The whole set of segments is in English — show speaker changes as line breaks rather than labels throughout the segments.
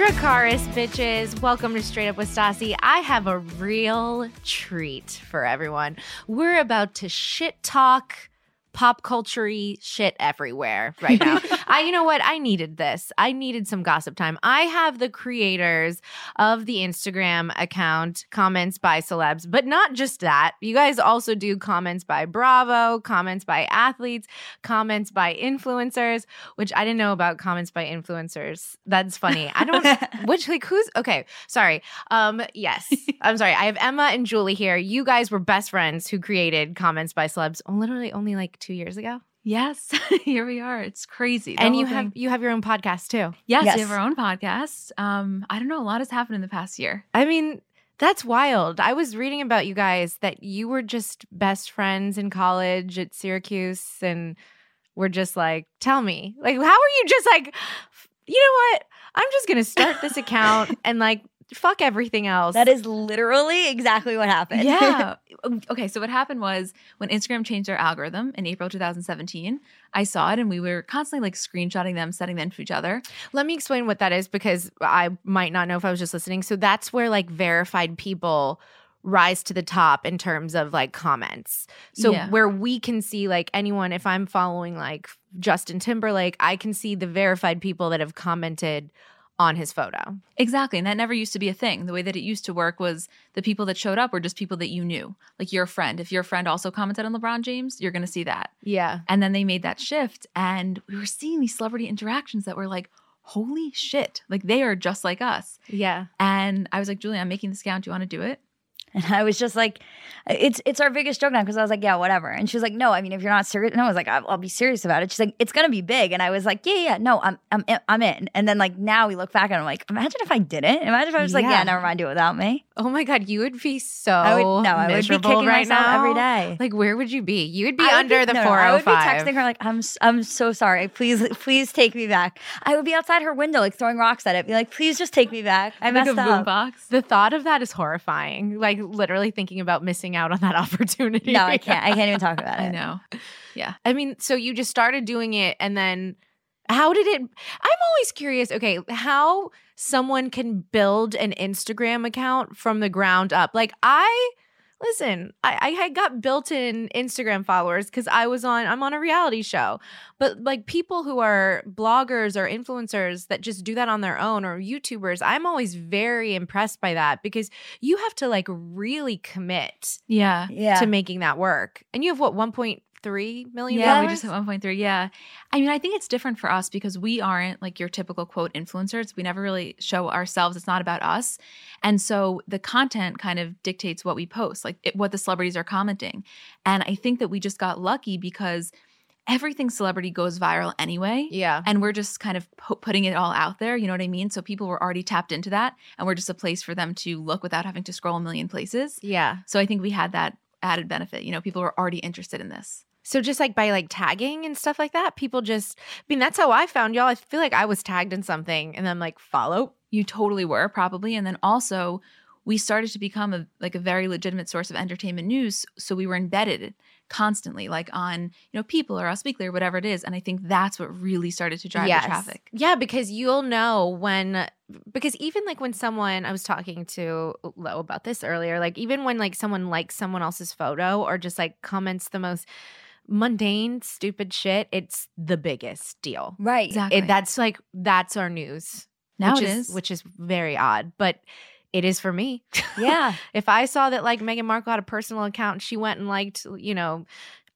Dracaris, bitches. Welcome to Straight Up with Stassi. I have a real treat for everyone. We're about to shit talk pop culture shit everywhere right now. I you know what? I needed this. I needed some gossip time. I have the creators of the Instagram account Comments by Celebs, but not just that. You guys also do comments by Bravo, comments by athletes, comments by influencers, which I didn't know about comments by influencers. That's funny. I don't which like who's Okay, sorry. Um yes. I'm sorry. I have Emma and Julie here. You guys were best friends who created Comments by Celebs. Literally only like two years ago.
Yes, here we are. It's crazy.
The and you thing. have you have your own podcast too.
Yes, yes, we have our own podcast. Um, I don't know. A lot has happened in the past year.
I mean, that's wild. I was reading about you guys that you were just best friends in college at Syracuse, and were just like, tell me, like, how are you just like, you know what? I'm just gonna start this account and like fuck everything else.
That is literally exactly what happened.
Yeah. okay. So what happened was when Instagram changed their algorithm in April 2017, I saw it and we were constantly like screenshotting them, sending them to each other.
Let me explain what that is because I might not know if I was just listening. So that's where like verified people rise to the top in terms of like comments. So yeah. where we can see like anyone if I'm following like Justin Timberlake, I can see the verified people that have commented on his photo.
Exactly. And that never used to be a thing. The way that it used to work was the people that showed up were just people that you knew, like your friend. If your friend also commented on LeBron James, you're going to see that.
Yeah.
And then they made that shift. And we were seeing these celebrity interactions that were like, holy shit, like they are just like us.
Yeah.
And I was like, Julie, I'm making this count. Do you want to do it?
And I was just like, it's it's our biggest joke now because I was like, yeah, whatever. And she was like, no, I mean, if you're not serious, and I was like, I'll, I'll, be serious about it. She's like, it's gonna be big. And I was like, yeah, yeah, no, I'm I'm I'm in. And then like now we look back and I'm like, imagine if I didn't. Imagine if I was yeah. like, yeah, never mind, do it without me. Oh,
Oh my god, you would be so I would, no, I would be kicking right now
every day.
Like, where would you be? You would be I under would be, the four hundred five.
I would be texting her like, I'm I'm so sorry. Please please take me back. I would be outside her window like throwing rocks at it. Be like, please just take me back. I
like
messed up.
Boombox.
The thought of that is horrifying like literally thinking about missing out on that opportunity.
No, I can't. I can't even talk about it.
I know. Yeah.
I mean, so you just started doing it and then how did it I'm always curious, okay, how someone can build an Instagram account from the ground up. Like I listen, I, I got built-in Instagram followers because I was on I'm on a reality show. But like people who are bloggers or influencers that just do that on their own or YouTubers, I'm always very impressed by that because you have to like really commit
yeah,
yeah.
to making that work. And you have what 1.3 million
yeah
followers?
we just hit 1.3 yeah i mean i think it's different for us because we aren't like your typical quote influencers we never really show ourselves it's not about us and so the content kind of dictates what we post, like it, what the celebrities are commenting. And I think that we just got lucky because everything celebrity goes viral anyway.
Yeah.
And we're just kind of po- putting it all out there. You know what I mean? So people were already tapped into that. And we're just a place for them to look without having to scroll a million places.
Yeah.
So I think we had that added benefit. You know, people were already interested in this.
So just like by like tagging and stuff like that, people just I mean that's how I found y'all. I feel like I was tagged in something and I'm like follow.
You totally were probably, and then also we started to become a like a very legitimate source of entertainment news. So we were embedded constantly, like on you know People or Us Weekly or whatever it is, and I think that's what really started to drive
Yes.
the traffic.
Yeah, because you'll know when because even like when someone I was talking to Lo about this earlier, like even when like someone likes someone else's photo or just like comments the most mundane stupid shit, it's the biggest deal.
Right.
Exactly.
It, that's like that's our news.
now
which
it
is-
is.
which is very odd, but it is for me.
Yeah.
if I saw that like Meghan Markle had a personal account and she went and liked, you know,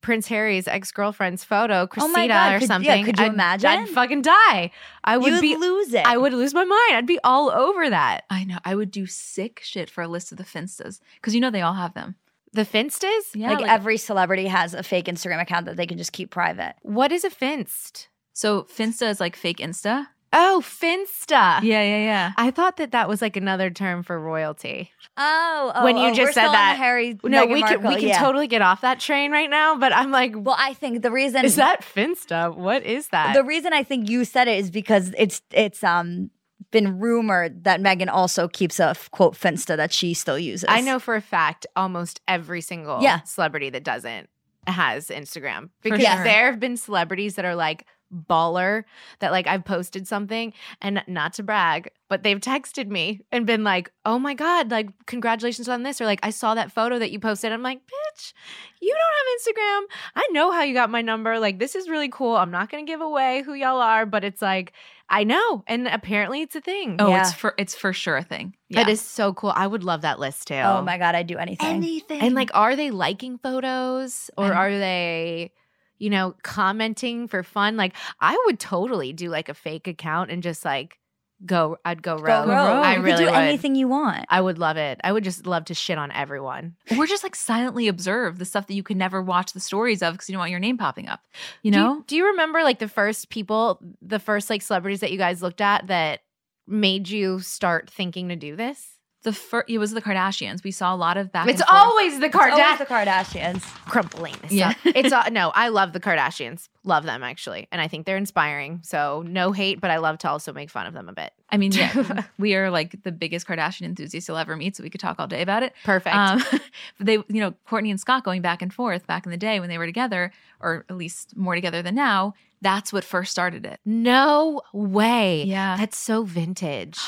Prince Harry's ex girlfriend's photo,
Oh
Christina
my God,
or
could- yeah,
something,
could you
I'd- I'd
imagine?
fucking die. I would
You'd
be,
lose it.
I would lose my mind. I'd be all over that.
I know. I would do sick shit for a list of the finstas because you know they all have them.
The finstas?
Yeah.
like,
like-
every celebrity has a fake Instagram account that they can just keep private.
What is a finst?
So finsta is like fake Insta.
Oh, finsta.
Yeah, yeah, yeah.
I thought that that was like another term for royalty.
Oh, oh
When you
oh,
just said
we're still on the
that.
Harry.
no,
Meghan
we can we
Markle,
can
yeah.
totally get off that train right now. But I'm like,
Well, I think the reason
is that finsta? What is that?
the reason I think you said it is because it's it's um been rumored that Megan also keeps a f- quote Finsta that she still uses.
I know for a fact almost every single
Yeah.
celebrity that doesn't has Instagram because
sure.
there have been celebrities that are like baller that like I've posted something and not to brag, but they've texted me and been like, "Oh my god, like congratulations on this," or like, "I saw that photo that you posted." I'm like, "Bitch, you don't have Instagram. I know how you got my number. Like, this is really cool. I'm not gonna give away who y'all are, but it's like." I know, and apparently it's a thing.
Oh,
Yeah.
it's for it's for sure a thing.
That is so cool. I would love that list too.
Oh my god, I do anything.
anything.
And like, are they liking photos or
And-
are they, you know, commenting for fun? Like, I would totally do like a fake account and just like go, I'd go rogue.
Go rogue.
I
you
really
can do
would.
anything you want.
I would love it. I would just love to shit on everyone.
we're just like silently observe the stuff that you could never watch the stories of because you don't want your name popping up. You
Do
know?
do you remember like the first people, the first like celebrities that you guys looked at that made you start thinking to do this?
the first it was the Kardashians. We saw a lot of back.
it's
and forth.
always the
Oh, It's always the
Kardashians.
Kardashians.
Crumpling. This
Yeah.
up. it's all, no, I love the Kardashians. Love them actually. And I think they're inspiring. So no hate, but I love to also make fun of them a bit.
I mean, yeah, we are like the biggest Kardashian enthusiasts you'll ever meet, so we could talk all day about it.
Perfect.
Um, but they, you know, Courtney and Scott going back and forth back in the day when they were together, or at least more together than now. That's what first started it.
no way.
Yeah.
That's so vintage.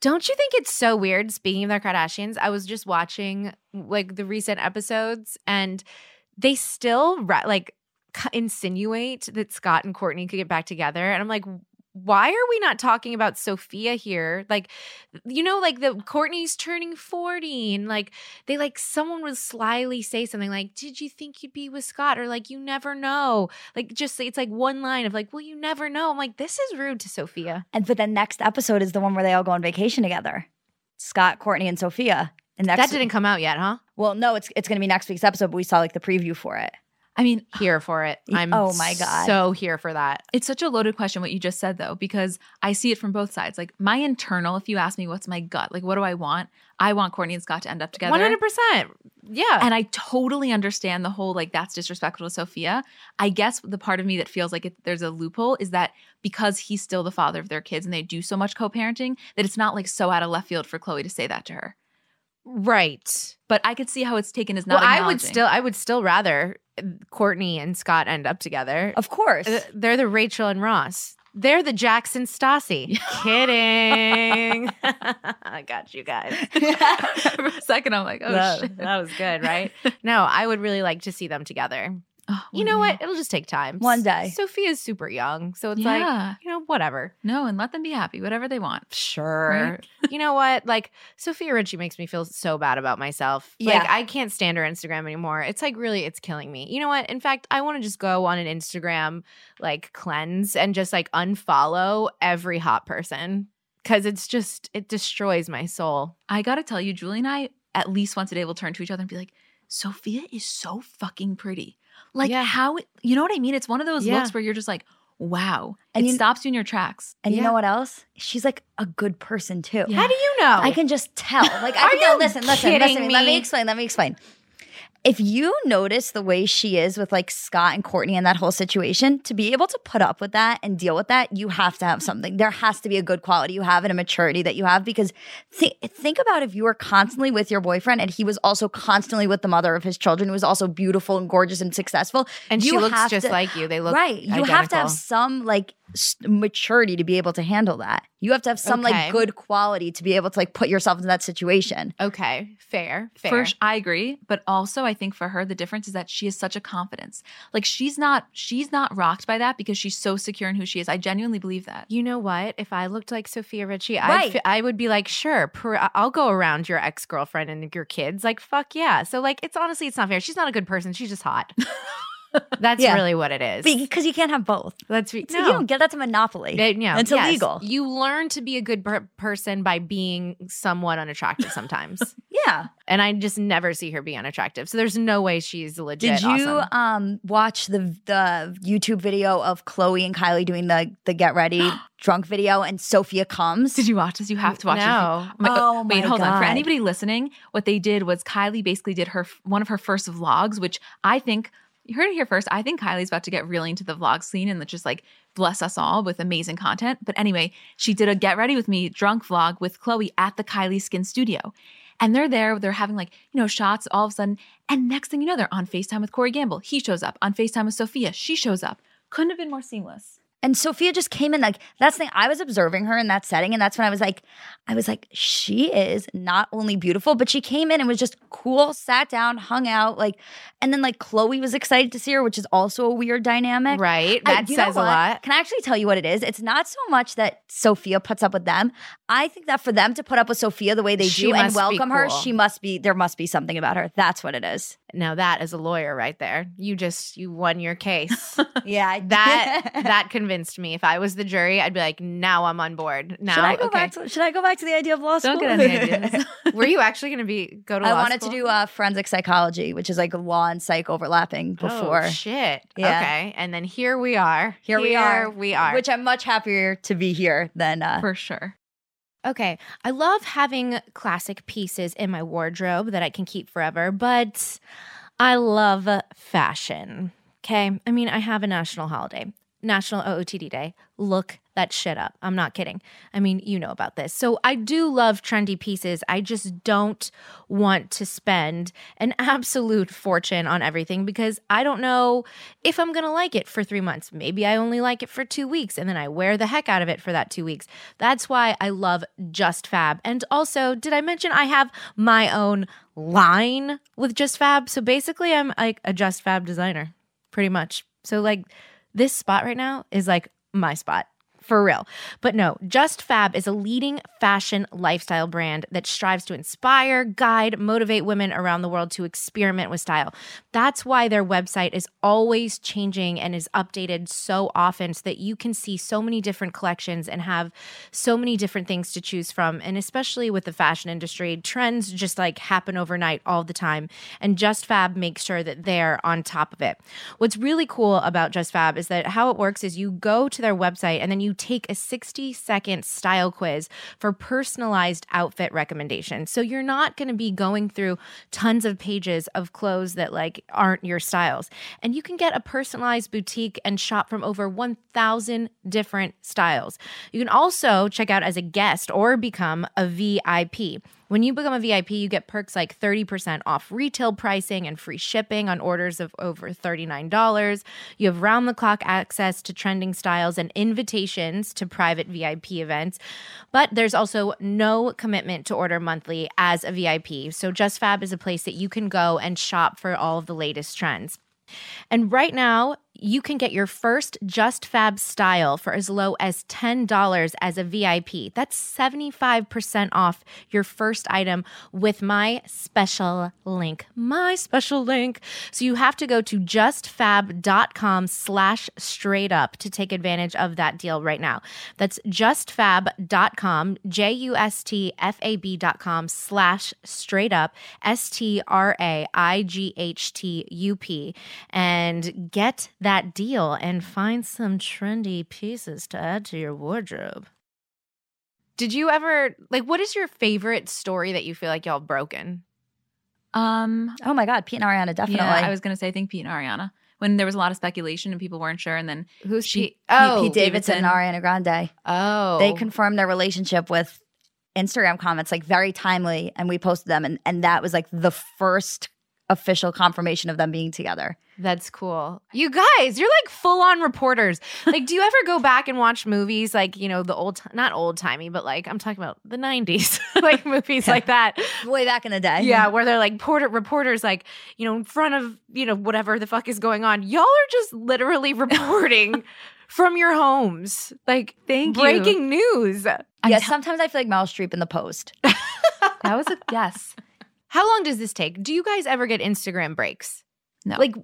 Don't you think it's so weird? Speaking of the Kardashians, I was just watching like the recent episodes and they still ra- like c- insinuate that Scott and Courtney could get back together. And I'm like, why are we not talking about Sophia here? Like, you know, like the Courtney's turning 40 and like they like someone would slyly say something like, Did you think you'd be with Scott? Or like, you never know. Like, just it's like one line of like, Well, you never know. I'm like, This is rude to Sophia.
And but the next episode is the one where they all go on vacation together. Scott, Courtney, and Sophia. And next,
that didn't come out yet, huh?
Well, no, it's it's gonna be next week's episode. But we saw like the preview for it.
I mean,
Here for it. I'm
Oh my God.
so here for that.
It's such a loaded question what you just said though because I see it from both sides. Like my internal, if you ask me what's my gut, like what do I want? I want Courtney and Scott to end up together.
100%. Yeah.
And I totally understand the whole like that's disrespectful to Sophia. I guess the part of me that feels like it, there's a loophole is that because he's still the father of their kids and they do so much co-parenting that it's not like so out of left field for Chloe to say that to her.
right.
But I could see how it's taken as
Well,
not.
I would
acknowledging.
still I would still rather uh, Courtney and Scott end up together.
Of course.
Uh, They're the Rachel and Ross. They're the Jackson Stassi. Kidding. I got you guys.
for a second. I'm like, oh shit.
was good, right? no, I would really like to see them together.
Oh,
You know what? It'll just take time.
Mm-hmm. One day.
Sophia's super young, so it's like,
yeah.
you know, whatever.
no, and let them be happy, whatever they want.
Sure. you know what? Like Sophia Richie makes me feel so bad about myself.
Yeah.
Like I can't stand her Instagram anymore. It's like really it's killing me. You know what? In fact, I want to just go on an Instagram like cleanse and just like unfollow every hot person cuz it's just it destroys my soul.
I gotta tell you, Julie and I, at least once a day, will turn to each other and be like, Sophia is so fucking pretty. Like,
Yeah.
how, you know what I mean? It's one of those
Yeah.
looks where you're just like, wow.
And
it
you-
stops you in your tracks.
and you
yeah.
know what else? She's like a good person too.
Yeah.
How do you know?
I can just tell. Like I
Are
can tell.
you
Listen, listen, listen.
kidding
Let me
me?
explain. Let me explain. if you notice the way she is with like Scott and Courtney and that whole situation, to be able to put up with that and deal with that, you have to have something. There has to be a good quality you have and a maturity that you have because th- think about if you were constantly with your boyfriend and he was also constantly with the mother of his children who was also beautiful and gorgeous and successful.
And she
you
looks
have
just
to-
like you. They look
right. You have to
identical.
have some like s- maturity to be able to handle that. You have to have some
Okay.
like good quality to be able to like put yourself into that situation.
Okay, fair, fair.
First, I agree, but also I think for her the difference is that she has such a confidence. Like she's not she's not rocked by that because she's so secure in who she is. I genuinely believe that.
You know what? If I looked like Sophia Richie, I'd
Right.
f- I would be like, sure, per- I'll go around your ex girlfriend and your kids. Like, fuck yeah. So, like, it's honestly, it's not fair. She's not a good person. She's just hot. That's
Yeah.
really what it is.
Because you can't have both.
Let's re-
So you don't get that's a monopoly.
They- no,
It's
yes.
illegal.
You learn to be a good per- person by being somewhat unattractive sometimes.
Yeah.
and I just never see her be unattractive. So there's no way she's legit.
Did you
awesome.
um watch the the YouTube video of Chloe and Kylie doing the the get ready drunk video and Sophia comes?
Did you watch this? You have to watch this.
No.
My- uh,
Oh
wait,
my
hold on. For
God.
anybody listening, what they did was Kylie basically did her one of her first vlogs, which I think you heard it here first. I think Kylie's about to get really into the vlog scene and just like bless us all with amazing content. But anyway, she did a get ready with me drunk vlog with Chloe at the Kylie Skin Studio. And they're there, they're having like, you know, shots all of a sudden. And next thing you know, they're on FaceTime with Corey Gamble. He shows up. On FaceTime with Sophia, she shows up. Couldn't have been more seamless.
and Sophia just came in like that's the thing. I was observing her in that setting, and that's when I was like, I was like, she is not only beautiful, but she came in and was just cool, sat down, hung out, like, and then like Chloe was excited to see her, which is also a weird dynamic.
Right.
I-
That
you know
says a
what?
lot.
Can I actually tell you what it is? It's not so much that Sophia puts up with them. I think that for them to put up with Sophia the way they
She
do
must
and
be
welcome her,
cool.
she must be there must be something about her. That's what it is.
Now that is a lawyer right there. You just you won your case.
Yeah, I-
that that convinced me. If I was the jury, I'd be like, now I'm on board. Now,
should I go
okay.
back to should I go back to the idea of law school?
Don't get any ideas.
Were you actually going to be go to?
I
law
wanted
school?
to do uh, forensic psychology, which is like law and psych overlapping before.
Oh, shit.
Yeah.
Okay. And then here we are.
Here we are.
We are.
Which I'm much happier to be here than uh,
For sure.
Okay. I love having classic pieces in my wardrobe that I can keep forever, but I love fashion. Okay. I mean, I have a national holiday, National OOTD Day. Look that shit up. I'm not kidding. I mean, you know about this. So I do love trendy pieces. I just don't want to spend an absolute fortune on everything because I don't know if I'm going to like it for three months. Maybe I only like it for two weeks and then I wear the heck out of it for that two weeks. That's why I love Just Fab. And also, did I mention I have my own line with Just Fab? So basically, I'm like a Just Fab designer, pretty much. So, like, this spot right now is like my spot. For real. But no, Just Fab is a leading fashion lifestyle brand that strives to inspire, guide, motivate women around the world to experiment with style. That's why their website is always changing and is updated so often so that you can see so many different collections and have so many different things to choose from. And especially with the fashion industry, trends just like happen overnight all the time. And Just Fab makes sure that they're on top of it. What's really cool about Just Fab is that how it works is you go to their website and then you take a 60 second style quiz for personalized outfit recommendations. So you're not going to be going through tons of pages of clothes that like aren't your styles. And you can get a personalized boutique and shop from over 1,000 different styles. You can also check out as a guest or become a VIP. When you become a VIP, you get perks like 30% off retail pricing and free shipping on orders of over $39. You have round the clock access to trending styles and invitations to private VIP events. But there's also no commitment to order monthly as a VIP. So Just Fab is a place that you can go and shop for all of the latest trends. And right now, you can get your first Just Fab style for as low as $10 as a VIP. That's 75% off your first item with my special link. My special link. So you have to go to justfab.com slash straight up to take advantage of that deal right now. That's justfab.com, J U S T F A B.com slash straight up, S T R A I G H T U P, and get that deal and find some trendy pieces to add to your wardrobe. Did you ever, like, what is your favorite story that you feel like y'all broken?
Um,
Oh my God, Pete and Ariana definitely.
yeah, I was gonna say I think Pete and Ariana when there was a lot of speculation and people weren't sure, and then
Who's
She-
Pete? Oh,
Pete Davidson.
Davidson and Ariana Grande.
Oh,
They confirmed their relationship with Instagram comments, like very timely, and we posted them, and and that was like the first official confirmation of them being together.
That's cool. You guys, you're like full on reporters. Like, do you ever go back and watch movies like, you know, the old, not old timey, but like, I'm talking about the 90s, like movies like that.
Way back in the day.
Yeah, where they're like porter- reporters, like, you know, in front of, you know, whatever the fuck is going on. Y'all are just literally reporting from your homes, like
thank
breaking news.
Yeah, sometimes I feel like Meryl Streep in the post.
That was a yes,
How long does this take? Do you guys ever get Instagram breaks?
No.
Like,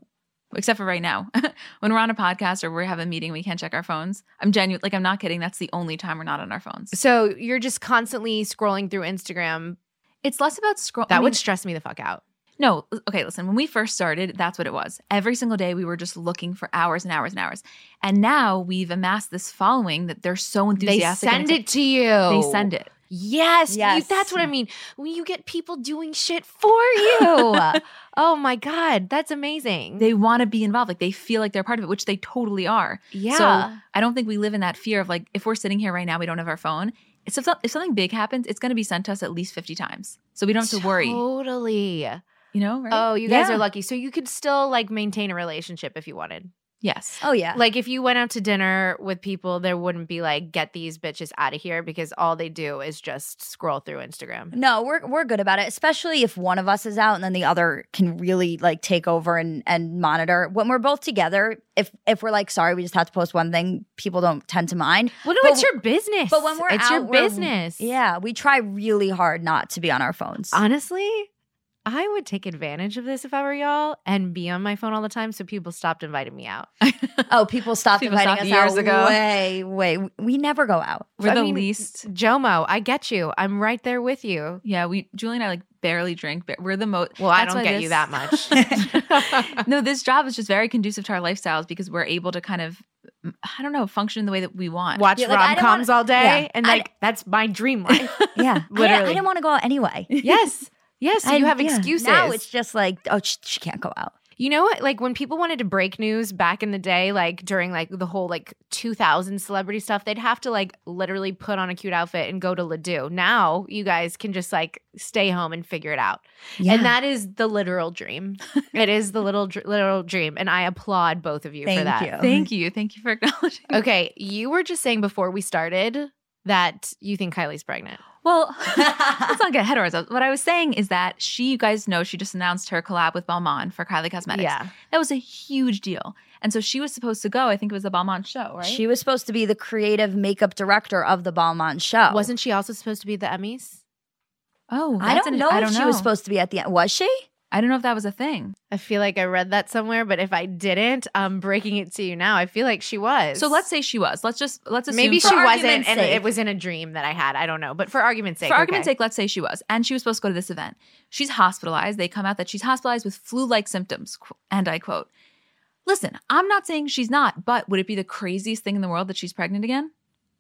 except for right now when we're on a podcast or we have a meeting, we can't check our phones. I'm genuine, like I'm not kidding. That's the only time we're not on our phones.
so you're just constantly scrolling through Instagram.
It's less about scroll.
That
I mean,
would stress me the fuck out.
No, l- okay, listen, when we first started, that's what it was. Every single day we were just looking for hours and hours and hours. And now we've amassed this following that they're so
They
enthusiastic. and
send it to you.
They send it.
Yes, you-
Yes.
that's what I mean. When you get people doing shit for you. oh my god, that's amazing.
They want to be involved. Like they feel like they're part of it, which they totally are.
Yeah.
So I don't think we live in that fear of like if we're sitting here right now, we don't have our phone. It's if, so- if something big happens, it's going to be sent to us at least 50 times. So we don't have to worry.
Totally.
You know, right?
Oh, you guys
Yeah.
are lucky. So you could still like maintain a relationship if you wanted.
Yes.
Oh yeah.
Like if you went out to dinner with people, there wouldn't be like get these bitches out of here because all they do is just scroll through Instagram.
No, we're we're good about it, especially if one of us is out and then the other can really like take over and and monitor. When we're both together, if if we're like sorry, we just have to post one thing, people don't tend to mind.
Well, no,
But
it's your business.
But when we're
it's
out,
your
we're-
business.
Yeah, we try really hard not to be on our phones.
Honestly, I would take advantage of this if I were y'all and be on my phone all the time so people stopped inviting me out.
oh, people stopped
People
inviting
stopped
us
years
out
ago.
way, way. We never go out.
We're
I
the
mean,
least.
Jomo, I get you. I'm right there with you.
Yeah. We, Julie and I like barely drink. But we're the most.
Well, I don't get you that much.
no, this job is just very conducive to our lifestyles because we're able to kind of, mm, I don't know, function the way that we want.
Watch
Yeah, like, I
rom
don't
coms all day,
yeah,
and
I-
like that's my dream life.
Yeah, I,
Literally.
didn't want to go out anyway.
yes, yes. so
I-
you have
yeah.
excuses.
Now it's just like, oh, she, she can't go out.
you know what? Like when people wanted to break news back in the day, like during like the whole like 2000 celebrity stuff, they'd have to like literally put on a cute outfit and go to Ledoux. Now you guys can just like stay home and figure it out.
Yeah.
And that is the literal dream. it is the little dr- literal dream, and I applaud both of you
Thank
for that.
you.
Thank you. Thank you for acknowledging.
Okay, you were just saying before we started that you think Kylie's pregnant.
Well, let's not get ahead of ourselves. What I was saying is that she, you guys know, she just announced her collab with Balmain for Kylie Cosmetics. That was a huge deal. And so she was supposed to go, I think it was the Balmain show, right?
She was supposed to be the creative makeup director of the Balmain show.
Wasn't she also supposed to be the Emmys?
oh,
I
that's
don't
an-
know
I
if
don't
she
know.
was supposed to be at the end. Was she?
I don't know if that was a thing.
I feel like I read that somewhere, but if I didn't, I'm breaking it to you now. I feel like she was.
So let's say she was. Let's just let's assume
maybe
for
she
argument's
wasn't, and
sake-
it was in a dream that I had. I don't know, but for argument's sake,
For argument's
okay.
sake, let's say she was, and she was supposed to go to this event. She's hospitalized. They come out that she's hospitalized with flu-like symptoms, qu- and I quote. Listen, I'm not saying she's not, but would it be the craziest thing in the world that she's pregnant again?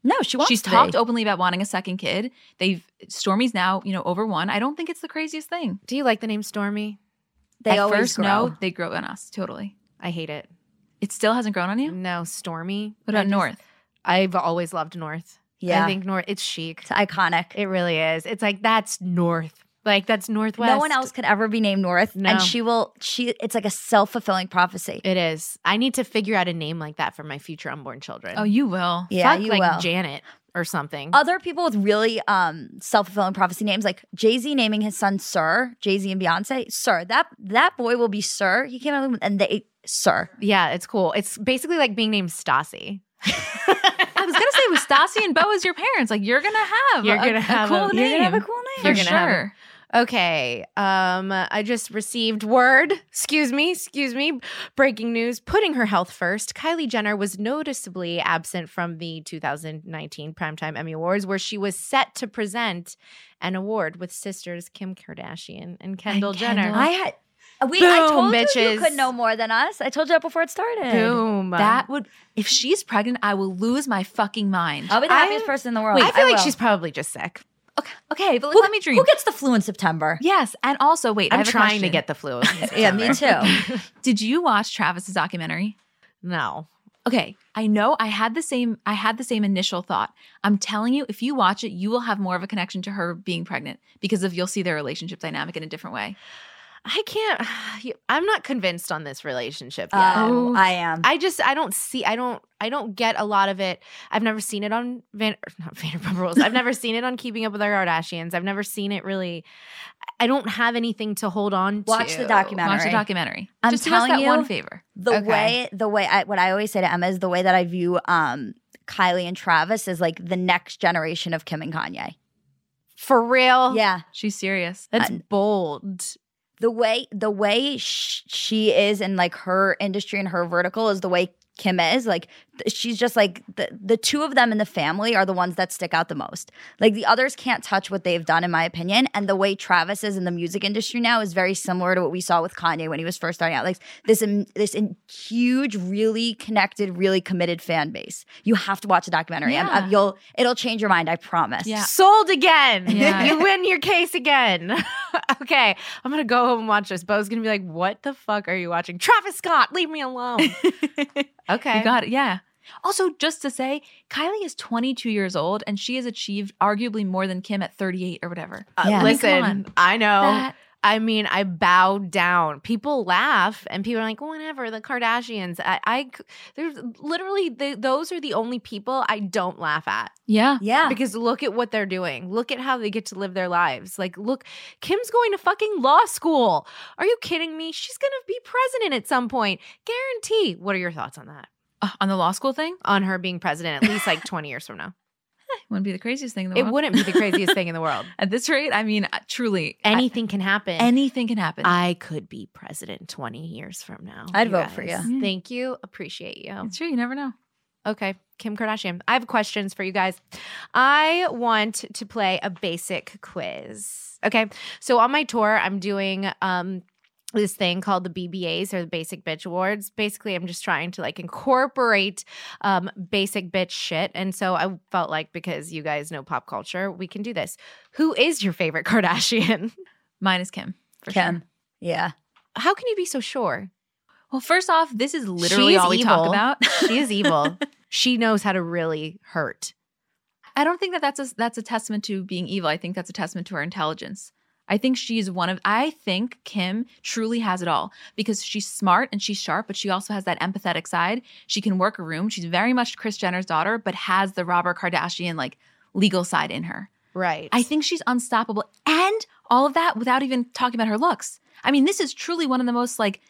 No, she wants
She's
to
talked
be.
openly about wanting a second kid. They've Stormy's now, you know, over one. I don't think it's the craziest thing.
Do you like the name Stormy?
They
At
always
first,
grow.
no, they grow on us totally.
I hate it.
It still hasn't grown on you.
No, Stormy.
What
Mm, I
about
just-
North?
I've always loved North.
Yeah,
I think North. It's chic.
it's iconic.
It really is. It's like that's North. Like that's Northwest.
no one else could ever be named North,
No.
and she will. She it's like a self fulfilling prophecy.
It is. I need to figure out a name like that for my future unborn children.
Oh, you will. Uh,
yeah,
Fuck,
you
like
will.
Janet or something.
Other people with really um self fulfilling prophecy names, like Jay Z naming his son Sir, Jay Z and Beyonce Sir. That that boy will be Sir. He came out with- and they Sir.
yeah, it's cool. It's basically like being named Stassi.
I was gonna say with Stassi and Bo as your parents, like you're gonna have
You're
a-
gonna
a
have
cool
a-
name.
You're gonna have a cool
for
name.
You're gonna have a-
sure.
Okay. Um, I just received word. Excuse me. Excuse me. Breaking news. Putting her health first. Kylie Jenner was noticeably absent from the 2019 Primetime Emmy Awards, where she was set to present an award with sisters Kim Kardashian and Kendall Jenner.
Kendall.
I had. We, I
Boom,
told you
bitches.
you could know more than us. I told you that before it started.
Boom.
That would if she's pregnant, I will lose my fucking mind.
I'll be the
I-
happiest person in the world.
I feel like
will.
she's probably just sick.
okay, okay, but like,
Who-
let me dream.
Who gets the flu in September?
yes, and also wait, I
I'm
have a
trying to
question.
get the flu.
Yeah, me too.
Did you watch Travis's documentary?
no.
Okay, I know I had the same I had the same initial thought. I'm telling you if you watch it, you will have more of a connection to her being pregnant because of you'll see their relationship dynamic in a different way.
I can't. I'm not convinced on this relationship yet.
Um, I am.
I just I don't see I don't I don't get a lot of it. I've never seen it on Van or not Vanderpump Rules. I've never seen it on Keeping Up with the Kardashians. I've never seen it really. I don't have anything to hold on
Watch
to.
the documentary.
Watch the documentary.
I'm
Just do us
telling
that
you,
one favor.
the
Okay.
way the way I what I always say to Emma is the way that I view um Kylie and Travis is like the next generation of Kim and Kanye.
For real.
Yeah.
She's serious.
That's
And-
bold.
The way the way sh- she is and like her industry and her vertical is the way Kim is like th- she's just like the the two of them in the family are the ones that stick out the most. Like the others can't touch what they've done in my opinion and the way Travis is in the music industry now is very similar to what we saw with Kanye when he was first starting out. Like this im- this in- huge really connected really committed fan base. You have to watch the documentary. I'm- I'm-
Yeah.
you'll it'll change your mind, I promise.
Yeah.
Sold again.
Yeah.
you win your case again. okay. I'm gonna go home and watch this. Bo's gonna be like, what the fuck are you watching? Travis Scott, leave me alone. okay.
You got it. Yeah. Also, just to say, Kylie is 22 years old and she has achieved arguably more than Kim at 38 or whatever.
Uh,
Yeah. I
mean, come
Listen,
on.
I know.
That-
I mean, I bow down. People laugh, and people are like, "Whatever." The Kardashians. I, I c- there's literally they, those are the only people I don't laugh at
yeah.
Yeah.
because look at what they're doing. Look at how they get to live their lives. Like, look, Kim's going to fucking law school. Are you kidding me? She's gonna be president at some point, guarantee. What are your thoughts on that?
Uh, on the law school thing?
On her being president at least like twenty years from now,
Wouldn't be the craziest thing in the
it
world.
wouldn't be the craziest thing in the world.
At this rate, I mean, uh, truly, I-
Anything can happen.
anything can happen.
I could be president 20 years from now.
I'd vote for
guys.
you. Mm.
Thank you. Appreciate you.
it's true. You never know.
Okay. Kim Kardashian. I have questions for you guys. I want to play a basic quiz. Okay. So on my tour, I'm doing um this thing called the BBAs or the Basic Bitch Awards. Basically, I'm just trying to like incorporate um basic bitch shit. And so I felt like because you guys know pop culture, we can do this. Who is your favorite Kardashian?
Mine is Kim. For
Kim.
Sure.
Yeah.
How can you be so sure?
Well, first off, this is literally
She's
all we talk
evil.
about.
She is evil. she knows how to really hurt.
I don't think that that's a that's a testament to being evil. I think that's a testament to her intelligence. I think she's one of I think Kim truly has it all because she's smart and she's sharp, but she also has that empathetic side. She can work a room. She's very much Chris Jenner's daughter, but has the Robert Kardashian like legal side in her.
Right.
I think she's unstoppable and all of that without even talking about her looks. I mean, this is truly one of the most like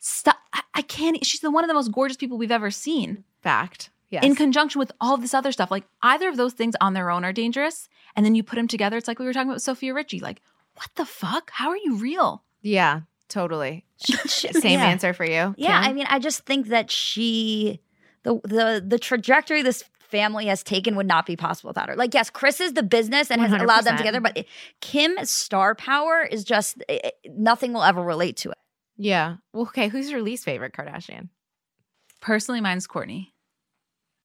stu- I, I can't she's the one of the most gorgeous people we've ever seen
fact. Yes.
in conjunction with all this other stuff. Like either of those things on their own are dangerous, and then you put them together. It's like we were talking about with Sophia Richie. Like, what the fuck? How are you real?
yeah, totally. Same
Yeah.
answer for you.
Yeah,
Kim?
I mean, I just think that she the the the trajectory this family has taken would not be possible without her. Like, yes, Chris is the business and has allowed
100%.
them together, but Kim's star power is just it, it- nothing will ever relate to it.
yeah. Well, okay. Who's your least favorite Kardashian?
Personally, mine's Courtney,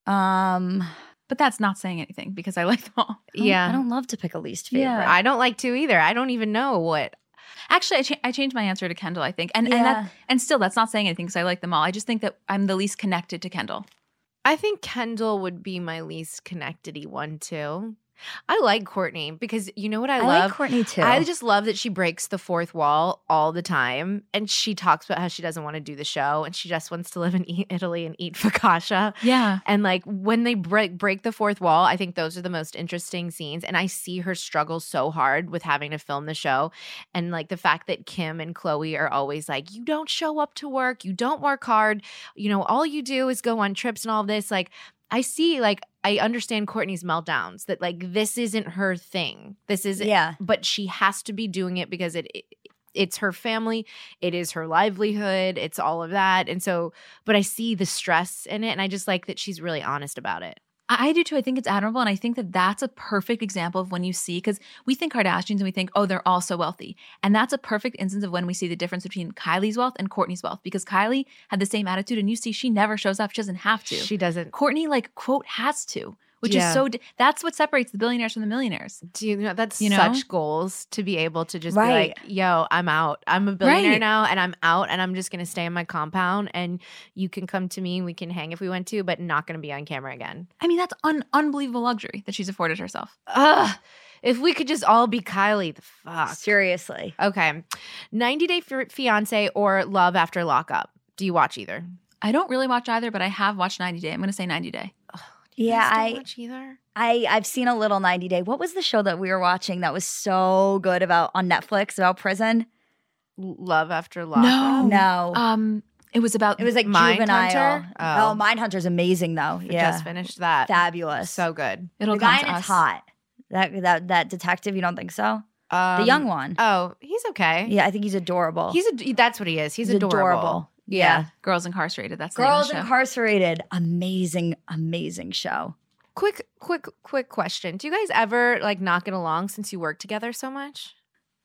Um,
but that's not saying anything because I like them all.
I don't- I don't love to pick a least favorite.
Yeah.
I don't like two either. I don't even know what.
Actually, I, cha- I changed my answer to Kendall. I think, and and that, and still, that's not saying anything because I like them all. I just think that I'm the least connected to Kendall.
I think Kendall would be my least connected one too. I like Courtney because you know what I,
I,
love?
like Courtney too.
I just love that she breaks the fourth wall all the time. And she talks about how she doesn't want to do the show and she just wants to live in E- Italy and eat focaccia.
Yeah,
And like when they break break the fourth wall, I think those are the most interesting scenes. And I see her struggle so hard with having to film the show. And like the fact that Kim and Chloe are always like, you don't show up to work, you don't work hard, you know, all you do is go on trips and all this. Like I see, like I understand Courtney's meltdowns that like this isn't her thing. This is
yeah,
but she has to be doing it because it, it- it's her family it is her livelihood it's all of that and so but i see the stress in it and i just like that she's really honest about it
I, I do too. I think it's admirable, and I think that that's a perfect example of when you see because we think Kardashians and we think, oh, they're all so wealthy, and that's a perfect instance of when we see the difference between Kylie's wealth and Courtney's wealth because Kylie had the same attitude, and you see she never shows up; she doesn't have to.
she doesn't
Courtney, like, quote, has to, which
Yeah.
is so. Di- that's what separates the billionaires from the millionaires.
Do you know that's
You know?
such goals to be able to just
Right.
be like, yo, I'm out. I'm a billionaire
Right.
now and I'm out and I'm just gonna stay in my compound and you can come to me and we can hang if we want to, but not gonna be on camera again.
I mean, that's an unbelievable luxury that she's afforded herself.
Ugh. If we could just all be Kylie, the fuck.
Seriously.
Okay. 90 Day Fi- Fiance or Love After Lockup. Do you watch either?
I don't really watch either, but I have watched 90 Day. I'm going to say 90 Day.
You guys
Yeah,
don't
I,
watch either.
I I've seen a little 90 Day. What was the show that we were watching that was so good about on Netflix about prison?
L- Love After Lockup.
No. Oh,
no.
Um, it was about
it was like juvenile.
Mindhunter?
Oh.
Oh.
Mindhunter's amazing though.
I
yeah.
Just finished that.
Fabulous.
So good.
it'll
the
come
guy
to
in it's
us.
hot. That that that detective, you don't think so? The
Um,
young one.
Oh, he's okay.
yeah, I think he's adorable.
He's a, that's what he is. He's,
He's
adorable.
Yeah.
Girls Incarcerated. That's
Girls
the name of the show.
Incarcerated. Amazing, amazing show.
Quick, quick, quick question. Do you guys ever like knock it along since you work together so much?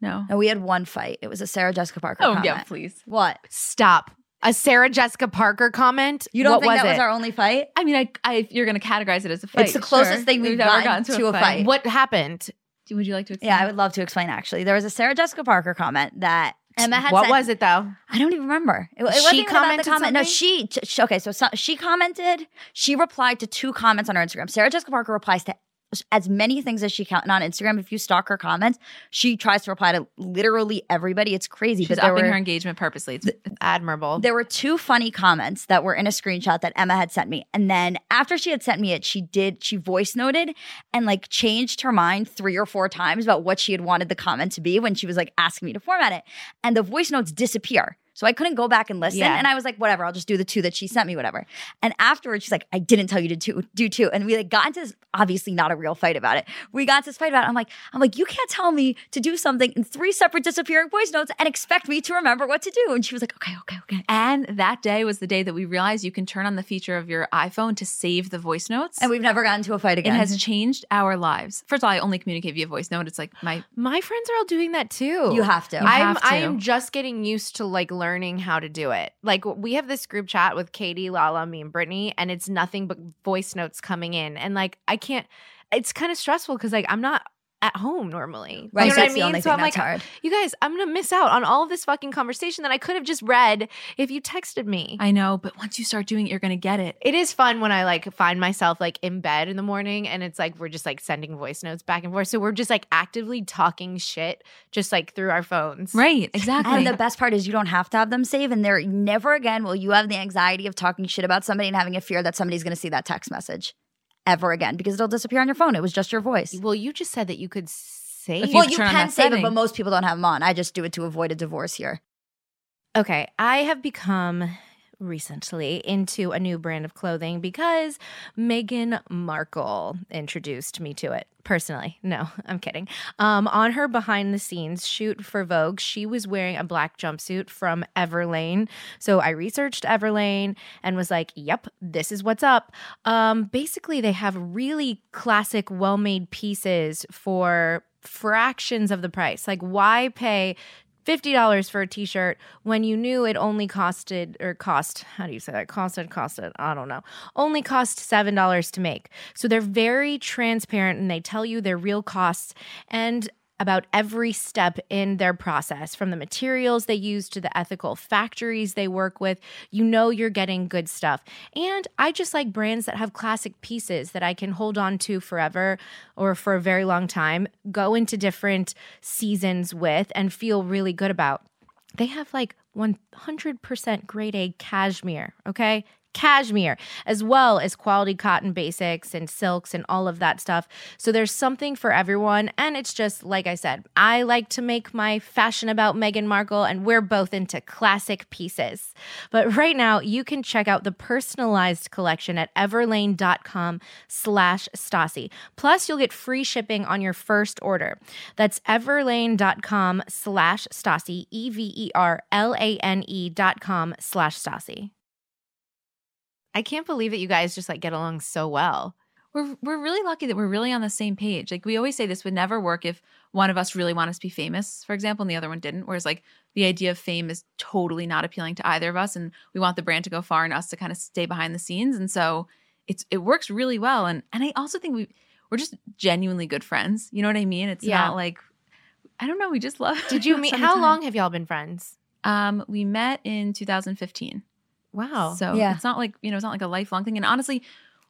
No.
And we had one fight. It was a Sarah Jessica Parker.
Oh,
comment.
yeah, please.
What?
Stop. A Sarah Jessica Parker comment.
You don't
What
think
was
that was
it?
our only fight?
I mean, I, I if you're going to categorize it as a fight.
the closest
sure.
thing we've gotten to a fight.
What happened?
Do- Would you like to explain?
Yeah, I would love to explain. Actually, there was a Sarah Jessica Parker comment that Emma had.
what
sent-
was it though?
I don't even remember. It, it
She
wasn't even about
commented
the comment. No,
something?
she, t- sh- okay. So, so- she commented. She replied to two comments on her Instagram. Sarah Jessica Parker replies to as many things as she can on Instagram. If you stalk her comments, she tries to reply to literally everybody. It's crazy.
She's
but there
upping
were,
her engagement purposely. It's,
Admirable.
There were two funny comments that were in a screenshot that Emma had sent me. And then after she had sent me it, she did, she voice noted and like changed her mind three or four times about what she had wanted the comment to be when she was like asking me to format it. And the voice notes disappear. So I couldn't go back and listen.
Yeah.
And I was like, whatever, I'll just do the two that she sent me, whatever. And afterwards, she's like, I didn't tell you to do, do two. And we like got into this, obviously not a real fight about it. We got into this fight about it. I'm like, I'm like, you can't tell me to do something in three separate disappearing voice notes and expect me to remember what to do. And she was like, okay, okay, okay.
and that day was the day that we realized you can turn on the feature of your iPhone to save the voice notes.
And we've never gotten to a fight
it
again.
has changed our lives. First of all, I only communicate via voice note. It's like my
My friends are all doing that too.
you have to.
I-
I'm
have
I
to.
am just getting used to like learning how to do it. Like we have this group chat with Katie, Lala, me, and Brittany, and it's nothing but voice notes coming in, and like I can't. It's kind of stressful because like I'm not at home normally.
right,
you know
that's
what I
the
mean?
only
so
thing
I'm like,
that's hard.
you guys, I'm gonna miss out on all of this fucking conversation that I could have just read if you texted me.
I know, but once you start doing it, you're going to get it.
it is fun when I like find myself like in bed in the morning and it's like we're just like sending voice notes back and forth. So we're just like actively talking shit just like through our phones.
Right, exactly.
And the best part is you don't have to have them save, and they're never again will you have the anxiety of talking shit about somebody and having a fear that somebody's going to see that text message ever again because it'll disappear on your phone. It was just your voice.
Well, you just said that you could save.
If
well,
you
you
turn on
can
that
save it,
setting.
but most people don't have them on. I just do it to avoid a divorce here.
okay, I have become recently into a new brand of clothing because Meghan Markle introduced me to it personally. No, I'm kidding. Um, on her behind the scenes shoot for Vogue, she was wearing a black jumpsuit from Everlane. So I researched Everlane and was like, yep, this is what's up. Um, basically, they have really classic, well made pieces for fractions of the price. Like, why pay? $50 for a t-shirt when you knew it only costed or cost how do you say that costed costed i don't know only cost $7 to make so they're very transparent and they tell you their real costs and about every step in their process from the materials they use to the ethical factories they work with. You know you're getting good stuff. And I just like brands that have classic pieces that I can hold on to forever or for a very long time, go into different seasons with, and feel really good about. They have like 100% grade A cashmere, okay? Cashmere, as well as quality cotton basics and silks and all of that stuff. So there's something for everyone. And it's just like I said, I like to make my fashion about Meghan Markle, and we're both into classic pieces. But right now, you can check out the personalized collection at everlane.com slash Stasi. Plus, you'll get free shipping on your first order. That's everlane.com slash Stasi, E V E R L A N E dot com slash Stasi. I can't believe that you guys just like get along so well.
we're we're really lucky that we're really on the same page. Like we always say this would never work if one of us really wanted to be famous, for example, and the other one didn't. Whereas like the idea of fame is totally not appealing to either of us and we want the brand to go far and us to kind of stay behind the scenes. And so it's it works really well. And and I also think we we're just genuinely good friends. You know what I mean? It's
Yeah.
not like I don't know. We just love.
Did you meet?
meet?
How long have y'all been friends?
Um, we met in 2015.
Wow.
So
Yeah.
it's not like, you know, it's not like a lifelong thing. And honestly,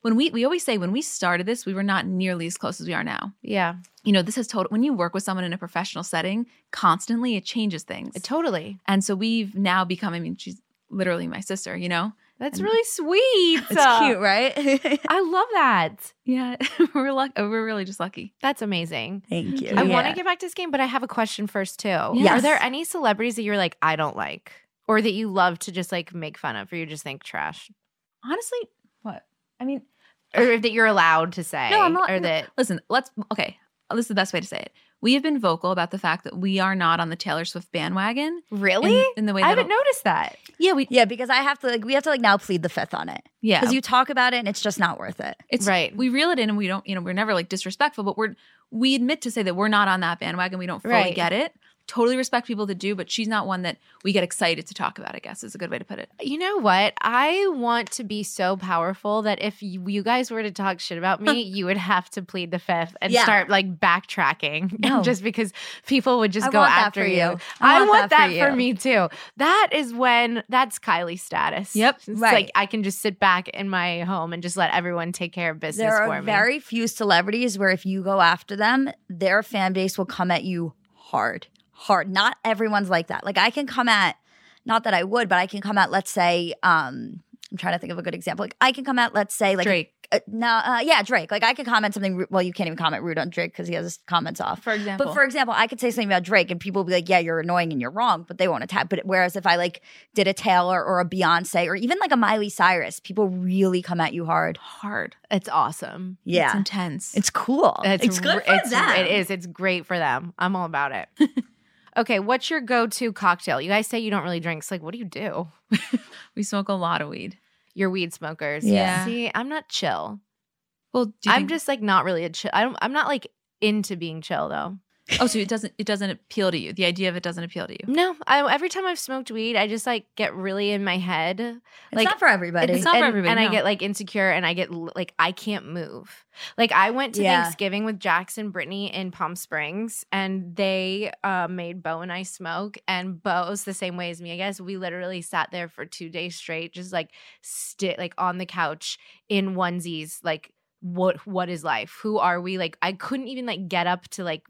when we we always say when we started this, we were not nearly as close as we are now.
yeah,
You know, this has total when you work with someone in a professional setting constantly, it changes things.
totally.
and so we've now become, I mean, she's literally my sister, you know?
That's
And-
really sweet.
It's cute, right?
I love that.
Yeah. we're luck we're really just lucky.
That's amazing.
Thank you.
I want to
Yeah.
get back to this game, but I have a question first too. Are
Yes.
there any celebrities that you're like I don't like, or that you love to just like make fun of, or you just think trash,
Honestly, what? I mean,
or that you're allowed to say?
No, I'm not-
Or
no.
that
listen, let's okay. This is the best way to say it. We have been vocal about the fact that we are not on the Taylor Swift bandwagon. in-
really?
In, the way
I
that
haven't noticed that.
Yeah, we
yeah, because I have to like we have to like now plead the fifth on it
yeah.
because you talk about it and it's just not worth it.
It's
Right.
We reel it in, and we don't. You know, we're never like disrespectful, but we're we admit to say that we're not on that bandwagon. We don't fully
Right.
get it. Totally respect people that do, but she's not one that we get excited to talk about. I guess is a good way to put it.
You know what? I want to be so powerful that if you, you guys were to talk shit about me, you would have to plead the fifth and
Yeah.
start like backtracking.
No.
just because people would just
I
go
want that
after
for
you.
you.
I,
I
want,
want
that,
that
for,
for you.
me too. That is when that's Kylie status.
Yep,
It's
right.
like I can just sit back in my home and just let everyone take care of business
There
for me.
are very few celebrities where if you go after them, their fan base will come at you hard, hard. Not everyone's like that. Like I can come at, not that I would, but I can come at, let's say, um, I'm trying to think of a good example. Like I can come at, let's say, like
Drake,
Uh, no, uh, yeah, Drake. Like I could comment something. ru- Well, you can't even comment rude on Drake because he has his comments off.
for example.
But for example, I could say something about Drake and people would be like, yeah, you're annoying and you're wrong, but they won't attack. But whereas if I like did a Taylor or a Beyonce or even like a Miley Cyrus, people really come at you hard.
hard,
it's awesome.
it's
Yeah.
intense.
It's cool. Oh, It's, good
r-
for
it's,
them.
It is. It's great for them. I'm all about it. okay, what's your go-to cocktail? You guys say you don't really drink. So like, what do you do?
we smoke a lot of weed.
You're weed smokers.
Yeah.
See, I'm not chill.
Well, do you
I'm
think-
just like not really a chill. I don't. I'm not like into being chill though.
oh, so it doesn't it doesn't appeal to you. The idea of it doesn't appeal to you.
No. I, every time I've smoked weed, I just like get really in my head.
It's
like,
not for everybody.
It's not for
and,
everybody,
And I
no.
get like insecure and I get l- like, I can't move. Like, I went to
Yeah.
Thanksgiving with Jackson Brittany in Palm Springs and they uh, made Bo and I smoke. And Bo's the same way as me, I guess. We literally sat there for two days straight, just like, sti like on the couch in onesies. Like, what what is life? Who are we? Like, I couldn't even like get up to like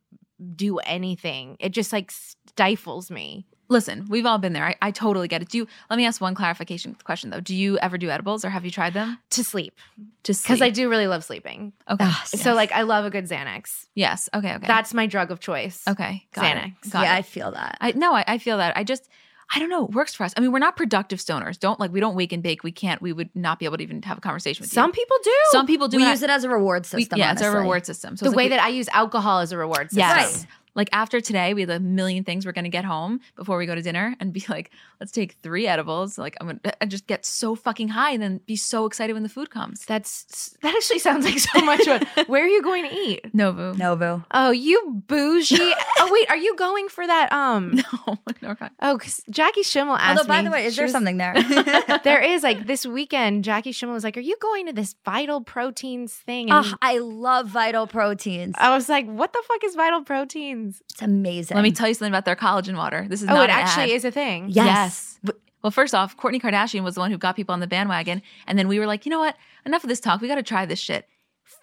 do anything. It just like stifles me.
Listen, we've all been there. I, I totally get it. Do you, let me ask one clarification question though. Do you ever do edibles or have you tried them?
To sleep
To
because I
sleep.
do really love sleeping.
Okay.
Ah,
So like I love a good Xanax.
yes. Okay. Okay.
That's my drug of choice.
okay. Got
Xanax.
It. Got
yeah,
it.
I feel that.
I no, I, I feel that. I just I don't know. It works for us. I mean, we're not productive stoners. Don't like we don't wake and bake. We can't. We would not be able to even have a conversation with
Some
you.
people do.
Some people do.
we
and I-
use it as a reward
we-
system.
yeah, it's
honestly.
our reward system. So
the
it's
way
like we-
that I use alcohol as a reward system.
yes. Like after today, we have a million things we're gonna get home before we go to dinner and be like, let's take three edibles. Like I'm gonna and just get so fucking high and then be so excited when the food comes.
That's that actually sounds like so much fun. Where are you going to eat?
Novu.
Novu.
Oh, you bougie. oh wait, are you going for that um
no, we're not.
Oh, 'cause Jackie Schimmel asked
Although, by
me-
the way, is
she
there
was-
something there?
there is like this weekend, Jackie Schimmel was like, Are you going to this vital proteins thing? And
Ah, I love vital proteins.
I was like, What the fuck is vital proteins?
It's amazing.
Let me tell you something about their collagen water. This is
Oh,
not
it
an
actually
ad.
is a thing.
Yes.
Well, first off, Courtney Kardashian was the one who got people on the bandwagon, and then we were like, you know what? Enough of this talk. We got to try this shit.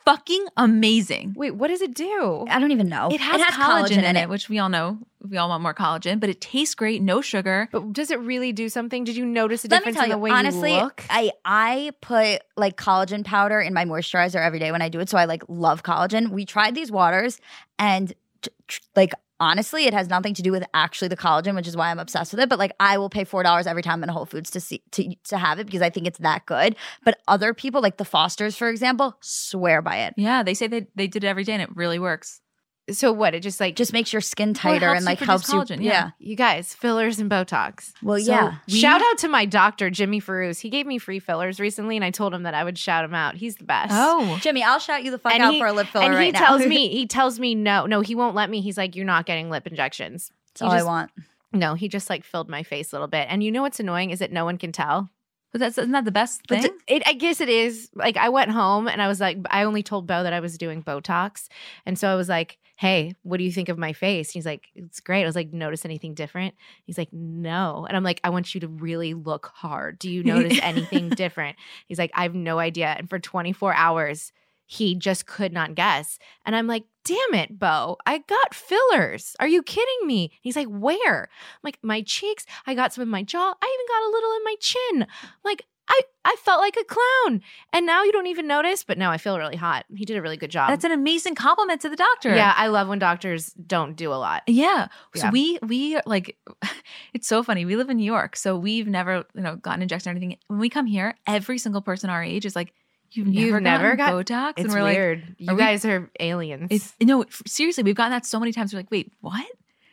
Fucking amazing.
Wait, what does it do?
I don't even know.
It has, collagen, in it, which we all know. We all want more collagen, but it tastes great. No sugar.
But does it really do something? Did you notice a
Let me
difference
tell
in
you,
the way
honestly,
you look?
I I put like collagen powder in my moisturizer every day when I do it, so I like love collagen. We tried these waters, and t- tr- like honestly, it has nothing to do with actually the collagen, which is why I'm obsessed with it. But like, I will pay four dollars every time in Whole Foods to see to to have it because I think it's that good. But other people, like the Fosters, for example, swear by it.
Yeah, they say they they did it every day, and it really works.
so what? It just like
It just makes your skin
Well, it
tighter
helps
and
you
like
produce
helps you.
collagen, yeah.
you guys fillers and Botox.
Well,
So-
yeah.
We-
shout out to my doctor Jimmy Farooz. He gave me free fillers recently, and I told him that I would shout him out. He's the best.
Oh.
Jimmy, I'll shout you the fuck
And
out
he-
for a lip Oh, filler
and
right
he
now.
tells me he tells me no, no, he won't let me. He's like, you're not getting lip injections.
That's
he
all
just-
I want.
No, he just like filled my face a little bit. And you know what's annoying is that no one can tell.
But that's isn't that the best
But
thing?
th- it, I guess it is. Like I went home and I was like, I only told Bo that I was doing Botox, and so I was like, "Hey, what do you think of my face?" He's like, "It's great." I was like, "Notice anything different?" He's like, "No," and I'm like, "I want you to really look hard. Do you notice anything different?" He's like, "I have no idea." And for 24 hours, he just could not guess, and I'm like. Damn it, Bo. I got fillers. Are you kidding me? He's like, Where? I'm like, My cheeks. I got some in my jaw. I even got a little in my chin. Like I I felt like a clown, and now you don't even notice. But now I feel really hot. He did a really good job.
that's an amazing compliment to the doctor.
yeah. I love when doctors don't do a lot.
Yeah. So
Yeah.
we we like it's so funny. We live in New York, so we've never, you know, gotten injections or anything. When we come here, every single person our age is like, You've never,
You've never
gotten Botox.
It's
and we're like,
weird. you
we-
guys are aliens.
it's no, f- seriously, we've gotten that so many times. We're like, wait, what?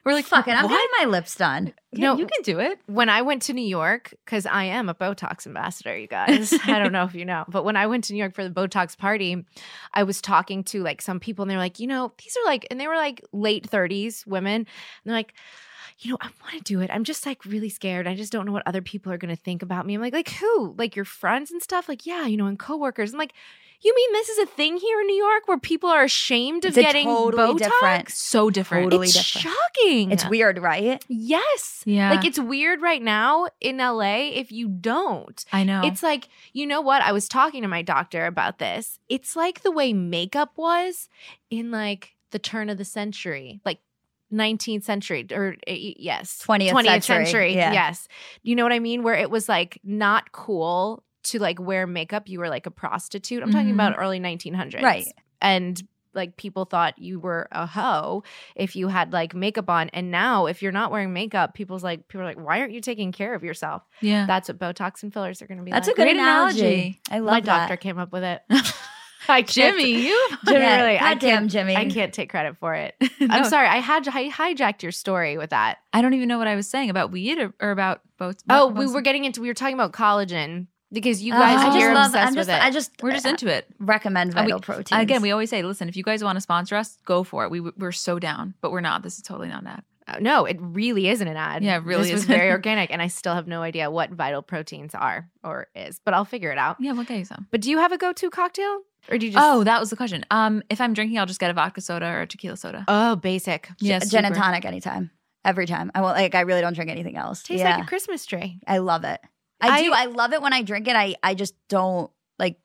We're like,
Fuck it, I'm
what?
getting my lips done.
Yeah,
No.
you can do it.
when I went to New York, because I am a Botox ambassador, you guys. I don't know if you know, but when I went to New York for the Botox party, I was talking to like some people and they're like, you know, these are like, and they were like late 30s women. And they're like, you know, I want to do it. I'm just like really scared. I just don't know what other people are going to think about me. I'm like, like who? Like your friends and stuff? Like, yeah, you know, and coworkers. I'm like, you mean this is a thing here in New York where people are ashamed of
It's a
getting
totally
Botox?
different-
So different.
Totally
it's
different.
shocking.
It's weird, right?
Yes.
Yeah.
Like it's weird right now in LA if you don't.
I know.
It's like, you know what? I was talking to my doctor about this. It's like the way makeup was in like the turn of the century, like 19th century or uh, yes,
20th century, yeah.
Yes. You know what I mean? Where it was like not cool to like wear makeup. You were like a prostitute. I'm talking
Mhm.
about early 1900s.
Mm-hmm. Right.
And like people thought you were a hoe if you had like makeup on and now if you're not wearing makeup people's like people are like why aren't you taking care of yourself
yeah.
that's what botox and fillers are going to be
That's
like.
a good
Great
analogy.
analogy.
I love
my
that.
doctor came up with it I can't-
Jimmy, you
Jimmy
Yeah,
really I
goddamn
can't,
Jimmy.
I can't take credit for it
No.
I'm sorry I had I hijacked your story with that
I don't even know what I was saying about weed or, or about both.
oh
what
we
was-
were getting into we were talking about collagen because you
Oh,
guys
I just
you're
love-
obsessed
I'm just,
with it
I just,
we're just
uh,
into it.
recommend
And we-
vital proteins
Again, we always say, listen, if you guys want to sponsor us, go for it. We we're so down, but we're not. This is totally not that.
Uh, no it really isn't an ad
Yeah, it really
this was
isn't.
very organic and I still have no idea what vital proteins are or is but I'll figure it out
Yeah, we'll get you some.
But do you have a go-to cocktail, or do you just?
Oh, that was the question. Um, if I'm drinking, I'll just get a vodka soda or a tequila soda.
oh, basic.
yeah,
gin and
super.
tonic anytime, every time. I won't like. I really don't drink anything else.
Tastes
yeah,
like a Christmas tree.
I love it. I,
I-
do. I love it when I drink it. I I just don't like.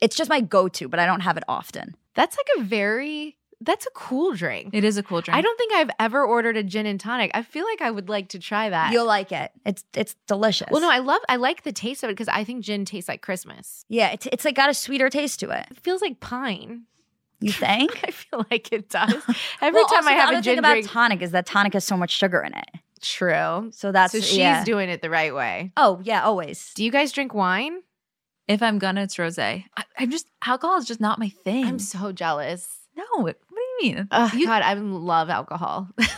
It's just my go-to, but I don't have it often.
That's like a very. That's a cool drink.
It is a cool drink.
I don't think I've ever ordered a gin and tonic. I feel like I would like to try that.
You'll like it. It's it's delicious.
well, no, I love. I like the taste of it because I think gin tastes like Christmas.
yeah, it's it's like got a sweeter taste to it.
It feels like pine.
You think?
I feel like it does. Every
Well,
time
also,
I
the
have
other
a
thing
gin
about
drink.
tonic is that tonic has so much sugar in it.
True.
So that's
so she's
yeah.
doing it the right way.
Oh yeah, always.
Do you guys drink wine?
if I'm gonna, it's rosé. I- I'm just alcohol is just not my thing.
I'm so jealous.
no. It, what do you mean?
Oh God, I love alcohol.
yeah,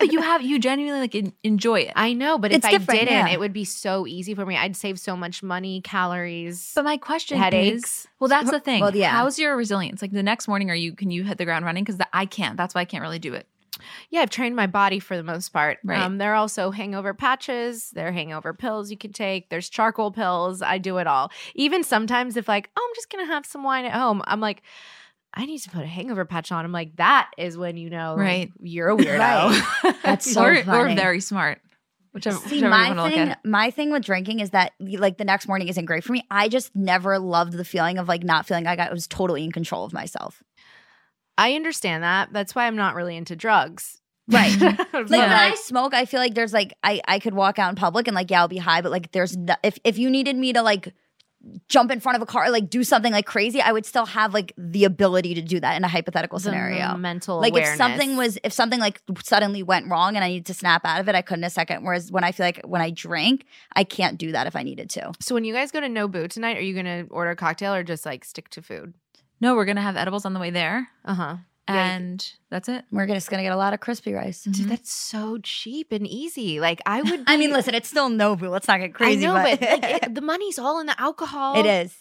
but you have you genuinely like en- enjoy it.
I know, but
It's
if I
different,
didn't,
yeah.
it would be so easy for me. I'd save so much money, calories,
But my question is,
headaches.
well, that's the thing.
Well, yeah.
How's your resilience? Like the next morning, are you can you hit the ground running? Because I can't. That's why I can't really do it.
Yeah, I've trained my body for the most part.
Right.
Um, there are also hangover patches. There are hangover pills you can take. There's charcoal pills. I do it all. Even sometimes, if like, oh, I'm just gonna have some wine at home, I'm like. I need to put a hangover patch on. I'm like, that is when you know
Right.
you're a weirdo.
Right. That's so
or, or
funny.
very smart. Whichever,
See,
whichever you
my
want to look
thing,
at.
my thing with drinking is that like the next morning isn't great for me. I just never loved the feeling of like not feeling like I was totally in control of myself.
I understand that. That's why I'm not really into drugs.
Right. like
But,
when I
like,
smoke, I feel like there's like I I could walk out in public and like yeah I'll be high, but like there's no, if if you needed me to like jump in front of a car like do something like crazy, I would still have like the ability to do that in a hypothetical
the
scenario.
mental
like if
awareness.
something was if something like suddenly went wrong and I needed to snap out of it, I couldn't a second. Whereas when I feel like when I drink, I can't do that if I needed to.
So when you guys go to Nobu tonight, are you gonna order a cocktail or just like stick to food?
No, we're gonna have edibles on the way there,
Uh
Uh-huh.
huh. Yeah,
and that's it. Mm-hmm.
We're just gonna get a lot of crispy rice.
Dude, that's so cheap and easy. Like I would.
I mean,
be-
listen, it's still Nobu. Let's not get crazy.
I know, but, like, it- the money's all in the alcohol.
it is.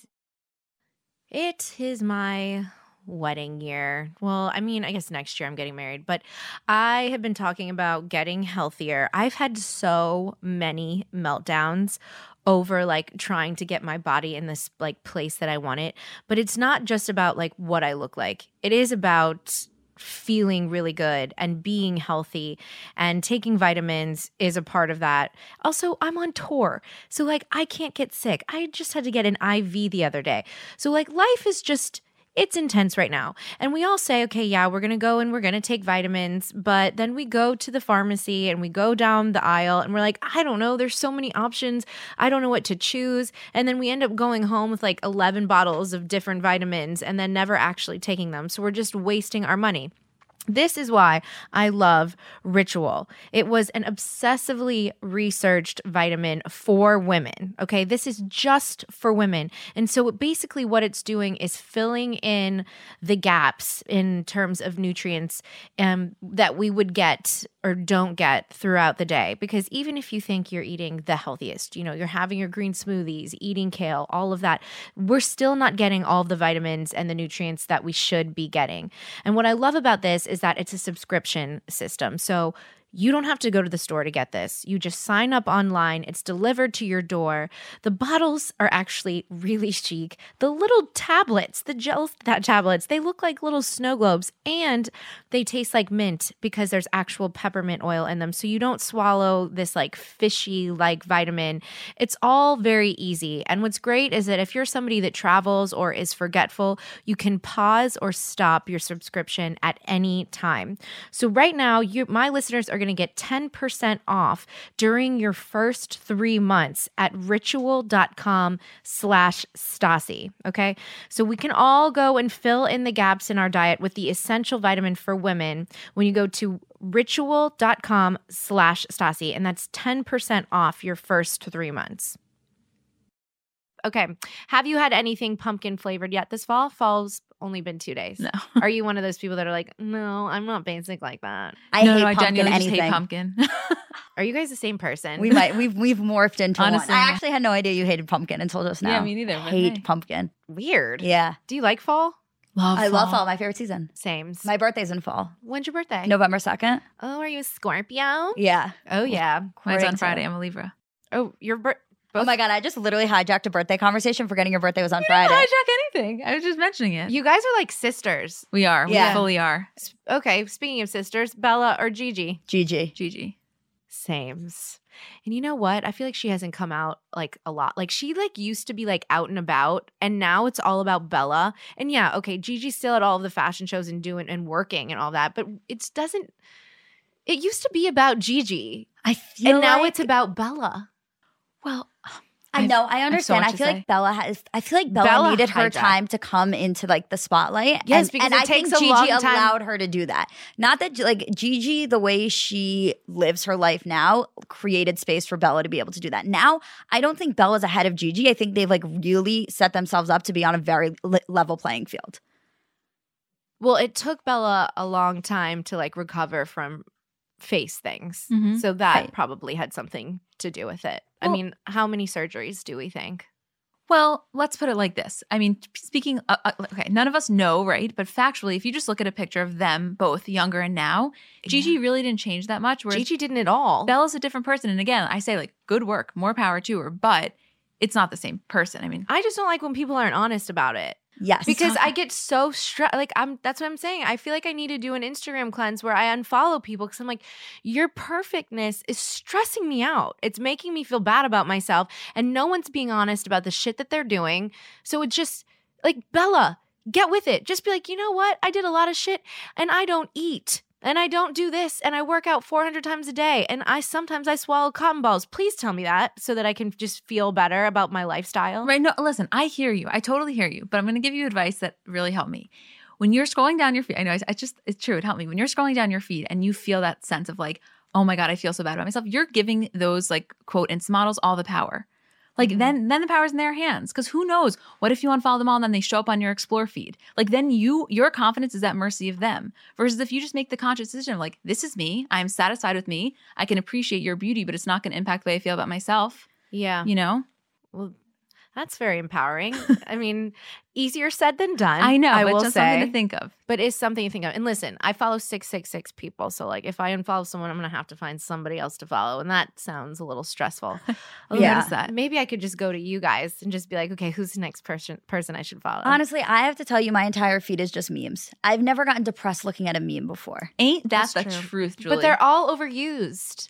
It is my wedding year. Well, I mean, I guess next year I'm getting married, but I have been talking about getting healthier. I've had so many meltdowns over like trying to get my body in this like place that I want it. But it's not just about like what I look like. It is about feeling really good and being healthy and taking vitamins is a part of that. Also, I'm on tour. So like I can't get sick. I just had to get an IV the other day. So like life is just it's intense right now. And we all say, okay, yeah, we're going to go and we're going to take vitamins. But then we go to the pharmacy and we go down the aisle and we're like, I don't know. There's so many options. I don't know what to choose. And then we end up going home with like 11 bottles of different vitamins and then never actually taking them. So we're just wasting our money. This is why I love Ritual. It was an obsessively researched vitamin for women. Okay, this is just for women. And so it- basically, what it's doing is filling in the gaps in terms of nutrients um, that we would get or don't get throughout the day. Because even if you think you're eating the healthiest, you know, you're having your green smoothies, eating kale, all of that, we're still not getting all the vitamins and the nutrients that we should be getting. And what I love about this is that it's a subscription system. So you don't have to go to the store to get this. You just sign up online. It's delivered to your door. The bottles are actually really chic. The little tablets, the gel that tablets, they look like little snow globes and they taste like mint because there's actual peppermint oil in them. So you don't swallow this like fishy like vitamin. It's all very easy. And what's great is that if you're somebody that travels or is forgetful, you can pause or stop your subscription at any time. So right now, you my listeners are going to get 10% off during your first 3 months at ritual.com/stasi, slash Stassi, okay? So we can all go and fill in the gaps in our diet with the essential vitamin for women when you go to ritual.com slash stasi and that's 10% off your first three months okay have you had anything pumpkin flavored yet this fall fall's only been two days
No.
are you one of those people that are like no i'm not basic like that
I
no,
hate
no, I
pumpkin
genuinely
anything.
just hate pumpkin.
are you guys the same person
We might we've we've morphed into
Honestly,
one. I
yeah.
actually had no idea you hated pumpkin until just now.
Yeah, me neither, but
Hate
hey.
pumpkin.
weird
Yeah,
do you like fall
love
I love fall. My favorite season.
same
My birthday's in fall,
when's your birthday
November second.
oh are you a scorpio
Yeah.
oh yeah
Mine's
According
on
to-
Friday. I'm a Libra.
oh your bir-
Oh
both-
my god! I just literally hijacked a birthday conversation, forgetting your birthday was on Friday.
hijack anything. I was just mentioning it.
you guys are like sisters
we are.
Yeah.
We fully are.
S- okay speaking of sisters bella or gigi
Gigi.
Gigi.
Sames. And you know what? I feel like she hasn't come out like a lot. Like she like used to be like out and about and now it's all about Bella. And yeah, okay, Gigi's still at all of the fashion shows and doing and working and all that, but it doesn't it used to be about Gigi.
I feel
and now
like-
it's about Bella.
Well,
I
I've-
know. I
have so
understand.
much
I
to
feel
say.
like Bella has. I feel like Bella,
Bella
needed her
hijacked.
time to come into like the spotlight.
Yes,
and,
because
and
it
I
takes
think
a
Gigi
long time-
allowed her to do that. Not that like Gigi, the way she lives her life now, created space for Bella to be able to do that. Now, I don't think Bella's ahead of Gigi. I think they've like really set themselves up to be on a very le- level playing field.
Well, it took Bella a long time to like recover from face things.
Mhm.
So that
Mm-hmm. Right.
probably had something to do with it. I
Well-
mean, how many surgeries do we think?
Well, let's put it like this. I mean, speaking, uh, uh, okay, none of us know, right? But factually, if you just look at a picture of them both younger and now, Gigi really didn't change that much. Whereas
Gigi didn't at all.
Bella's a different person. And again, I say like, good work, more power to her, but it's not the same person. I mean,
I just don't like when people aren't honest about it
Yes,
because
not-
I get so stressed. Like I'm, that's what I'm saying. I feel like I need to do an Instagram cleanse where I unfollow people because I'm like, your perfectness is stressing me out. It's making me feel bad about myself, and no one's being honest about the shit that they're doing. So it just like Bella, get with it. Just be like, you know what? I did a lot of shit, and I don't eat. And I don't do this, and I work out 400 times a day, and I sometimes I swallow cotton balls. Please tell me that so that I can just feel better about my lifestyle.
Right. No, listen, I hear you. I totally hear you, but I'm going to give you advice that really helped me. When you're scrolling down your feed, I know I, I just, it's true, it helped me. When you're scrolling down your feed and you feel that sense of like, oh my God, I feel so bad about myself, you're giving those like quote insta models all the power. Like then, then the power's in their hands. Because who knows? What if you unfollow them all and then they show up on your explore feed? Like then you, your confidence is at mercy of them. Versus if you just make the conscious decision, of, like this is me. I'm satisfied with me. I can appreciate your beauty, but it's not going to impact the way I feel about myself.
Yeah.
You know?
Well, That's very empowering. I mean, easier said than done.
I know,
I
but
will
just
say,
something to think of.
but it's something you think of. And listen, I follow six six six people, so like if I unfollow someone, I'm gonna have to find somebody else to follow, and that sounds a little stressful.
I
Yeah.
noticed that.
Maybe I could just go to you guys and just be like, okay, who's the next person person I should follow?
Honestly, I have to tell you, my entire feed is just memes. I've never gotten depressed looking at a meme before.
Ain't that
That's
the
true.
truth, Julie?
but they're all overused.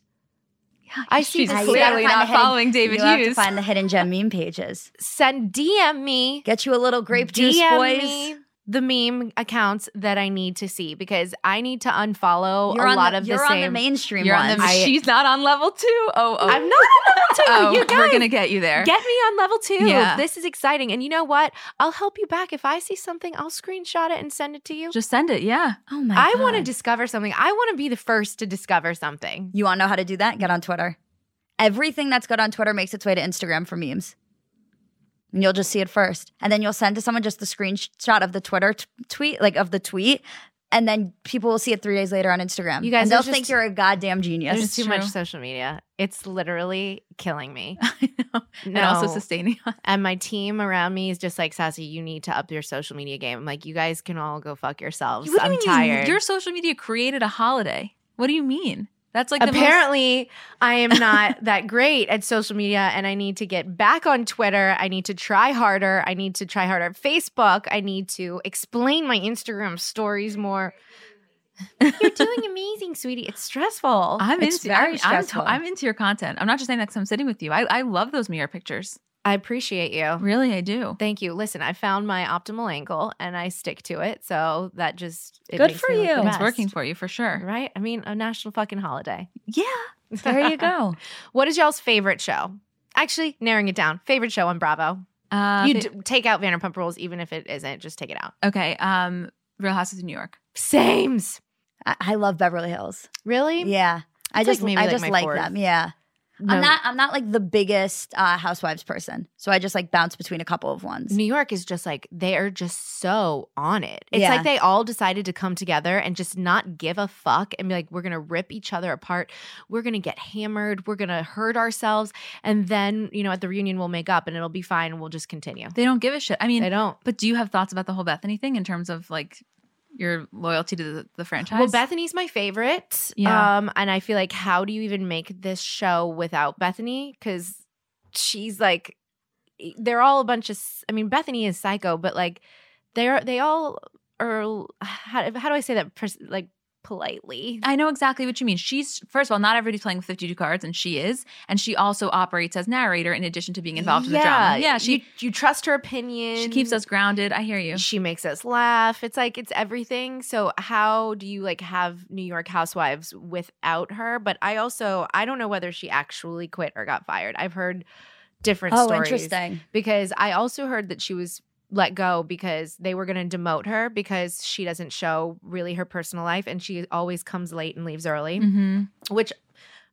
Yeah,
I see
she's
this- You gotta find
clearly
the
not
hidden-
following David
you have to
Hughes.
find the hidden gem meme pages.
Send DM me.
Get you a little grape juice,
DM
boys.
me the meme accounts that I need to see because I need to unfollow
You're
Oh, a
on
lot
the,
of
you're
the
on
same.
the mainstream
You're
ones.
on the,
I-
she's not on level two. Oh, oh.
I'm not
oh,
on level two. you guys,
we're gonna get you there.
Get me on level two.
Yeah.
This is exciting. And you know what? I'll help you back. If I see something, I'll screenshot it and send it to you.
Just send it. Yeah.
oh my!
I
God.
want to discover something. I want to be the first to discover something.
You want to know how to do that? Get on Twitter. Everything that's good on Twitter makes its way to Instagram for memes. And you'll just see it first. And then you'll send to someone just the screenshot of the Twitter t- tweet, like of the tweet. And then people will see it three days later on Instagram.
You guys,
and they'll
there's just-
think you're a goddamn genius.
There's
it's
too much
true.
social media. It's literally killing me.
I know.
No.
And also sustaining us.
And my team around me is just like, Sassy, you need to up your social media game. I'm like, you guys can all go fuck yourselves.
What do
I'm
you mean you-
tired.
your social media created a holiday. What do you mean? That's like
Apparently, I am not that great at social media and I need to get back on Twitter. I need to try harder. I need to try harder at Facebook. I need to explain my Instagram stories more. You're doing amazing, sweetie. It's stressful.
The most, I'm
It's
into.
very
I'm, I'm to-
stressful.
I'm into your content. I'm not just saying that because I'm sitting with you. I, I love those mirror pictures.
I appreciate you.
Really, I do.
Thank you. Listen, I found my optimal angle and I stick to it. So that just it
Good
makes
for
me look the
you.
It's
best.
working for you for sure.
right. I mean, a national fucking holiday.
Yeah.
there you go.
What is y'all's favorite show? Actually, narrowing it down. Favorite show on Bravo.
Uh,
you
fa-
d- take out Vanderpump Rules, even if it isn't. Just take it out.
okay. Um, Real Houses of New York.
Sames.
I, I love Beverly Hills.
Really?
Yeah. I
It's
just
like maybe
I
like
just
my
like
fourth.
them. Yeah. I'm not I'm not like the biggest uh, housewives person. So I just like bounce between a couple of ones.
New York is just like they are just so on it. It's
Yeah.
like they all decided to come together and just not give a fuck and be like, we're gonna rip each other apart. We're gonna get hammered. We're gonna hurt ourselves, and then you know at the reunion we'll make up and it'll be fine. and We'll just continue.
They don't give a shit. I mean,
They don't.
But do you have thoughts about the whole Bethany thing in terms of like your loyalty to the, the franchise?
Well, Bethany's my favorite.
Yeah.
Um, and I feel like how do you even make this show without Bethany? Because she's like, e, they're all a bunch of. s- I mean, Bethany is psycho, but like, they're they all are. l- How, how do I say that? Pers- like politely.
I know exactly what you mean. She's first of all, not everybody's playing with fifty-two cards, and she is, and she also operates as narrator in addition to being involved in the drama. Yeah, she
you, you trust her opinion.
she keeps us grounded. I hear you.
She makes us laugh. It's like it's everything. So how do you like have New York Housewives without her? But I also I don't know whether she actually quit or got fired. I've heard different
oh,
stories
interesting.
because I also heard that she was let go because they were going to demote her because she doesn't show really her personal life and she always comes late and leaves early,
hmm
which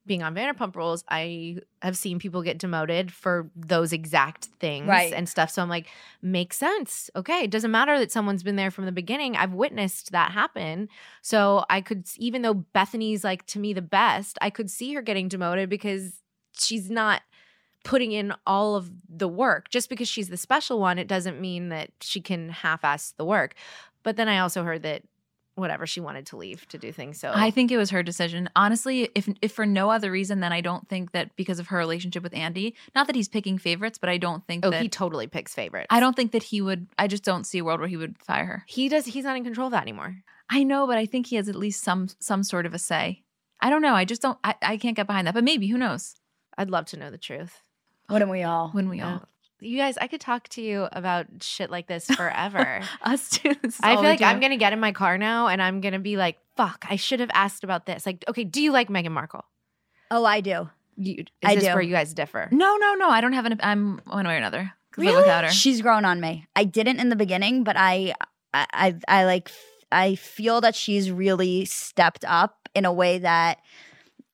being on Vanderpump Rules, I have seen people get demoted for those exact things
Right.
and stuff. So I'm like, makes sense. Okay. It doesn't matter that someone's been there from the beginning. I've witnessed that happen. So I could, even though Bethany's like to me the best, I could see her getting demoted because she's not putting in all of the work. Just because she's the special one, it doesn't mean that she can half ass the work. But then I also heard that whatever she wanted to leave to do things. So
I think it was her decision. Honestly, if if for no other reason than I don't think that because of her relationship with Andy, not that he's picking favorites, but I don't think
oh,
that
he totally picks favorites.
I don't think that he would I just don't see a world where he would fire her.
He does. He's not in control of that anymore.
I know, but I think he has at least some some sort of a say. I don't know. I just don't. I, I can't get behind that. But maybe who knows?
I'd love to know the truth.
Wouldn't we all?
When we all
You guys, I could talk to you about shit like this forever.
us too. This is
I
all
feel
we
like
do.
I'm gonna get in my car now and I'm gonna be like, "Fuck, I should have asked about this." Like, okay, do you like Meghan Markle?
Oh, I do.
You, is
I
this
do.
where you guys differ?
No, no, no. I don't have an. I'm one way or another. Could live
Really?
Without her.
She's grown on me. I didn't in the beginning, but I, I, I, I like, I feel that she's really stepped up in a way that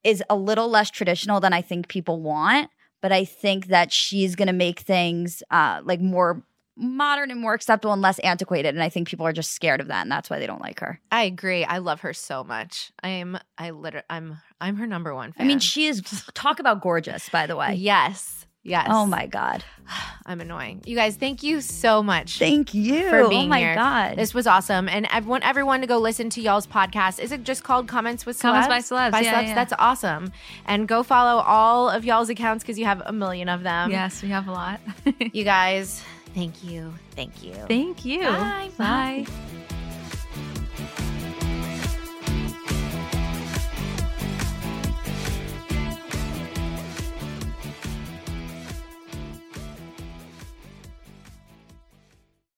is a little less traditional than I think people want. But I think that she's going to make things uh, like more modern and more acceptable and less antiquated. And I think people are just scared of that, and that's why they don't like her.
I agree. I love her so much. I am. I literally. I'm. I'm her number one fan.
I mean, she is talk about gorgeous, by the way.
Yes, Yes.
Oh my God.
I'm annoying. You guys, thank you so much.
Thank you.
For being
oh my
here.
God.
This was awesome. And I want everyone to go listen to y'all's podcast. Is it just called Comments with Celebs?
Comments by Celebs.
By
Yeah,
Celebs.
yeah.
That's awesome. And go follow all of y'all's accounts because you have a million of them.
yes, we have a lot.
You guys, thank you. Thank you.
Thank you.
Bye.
Bye.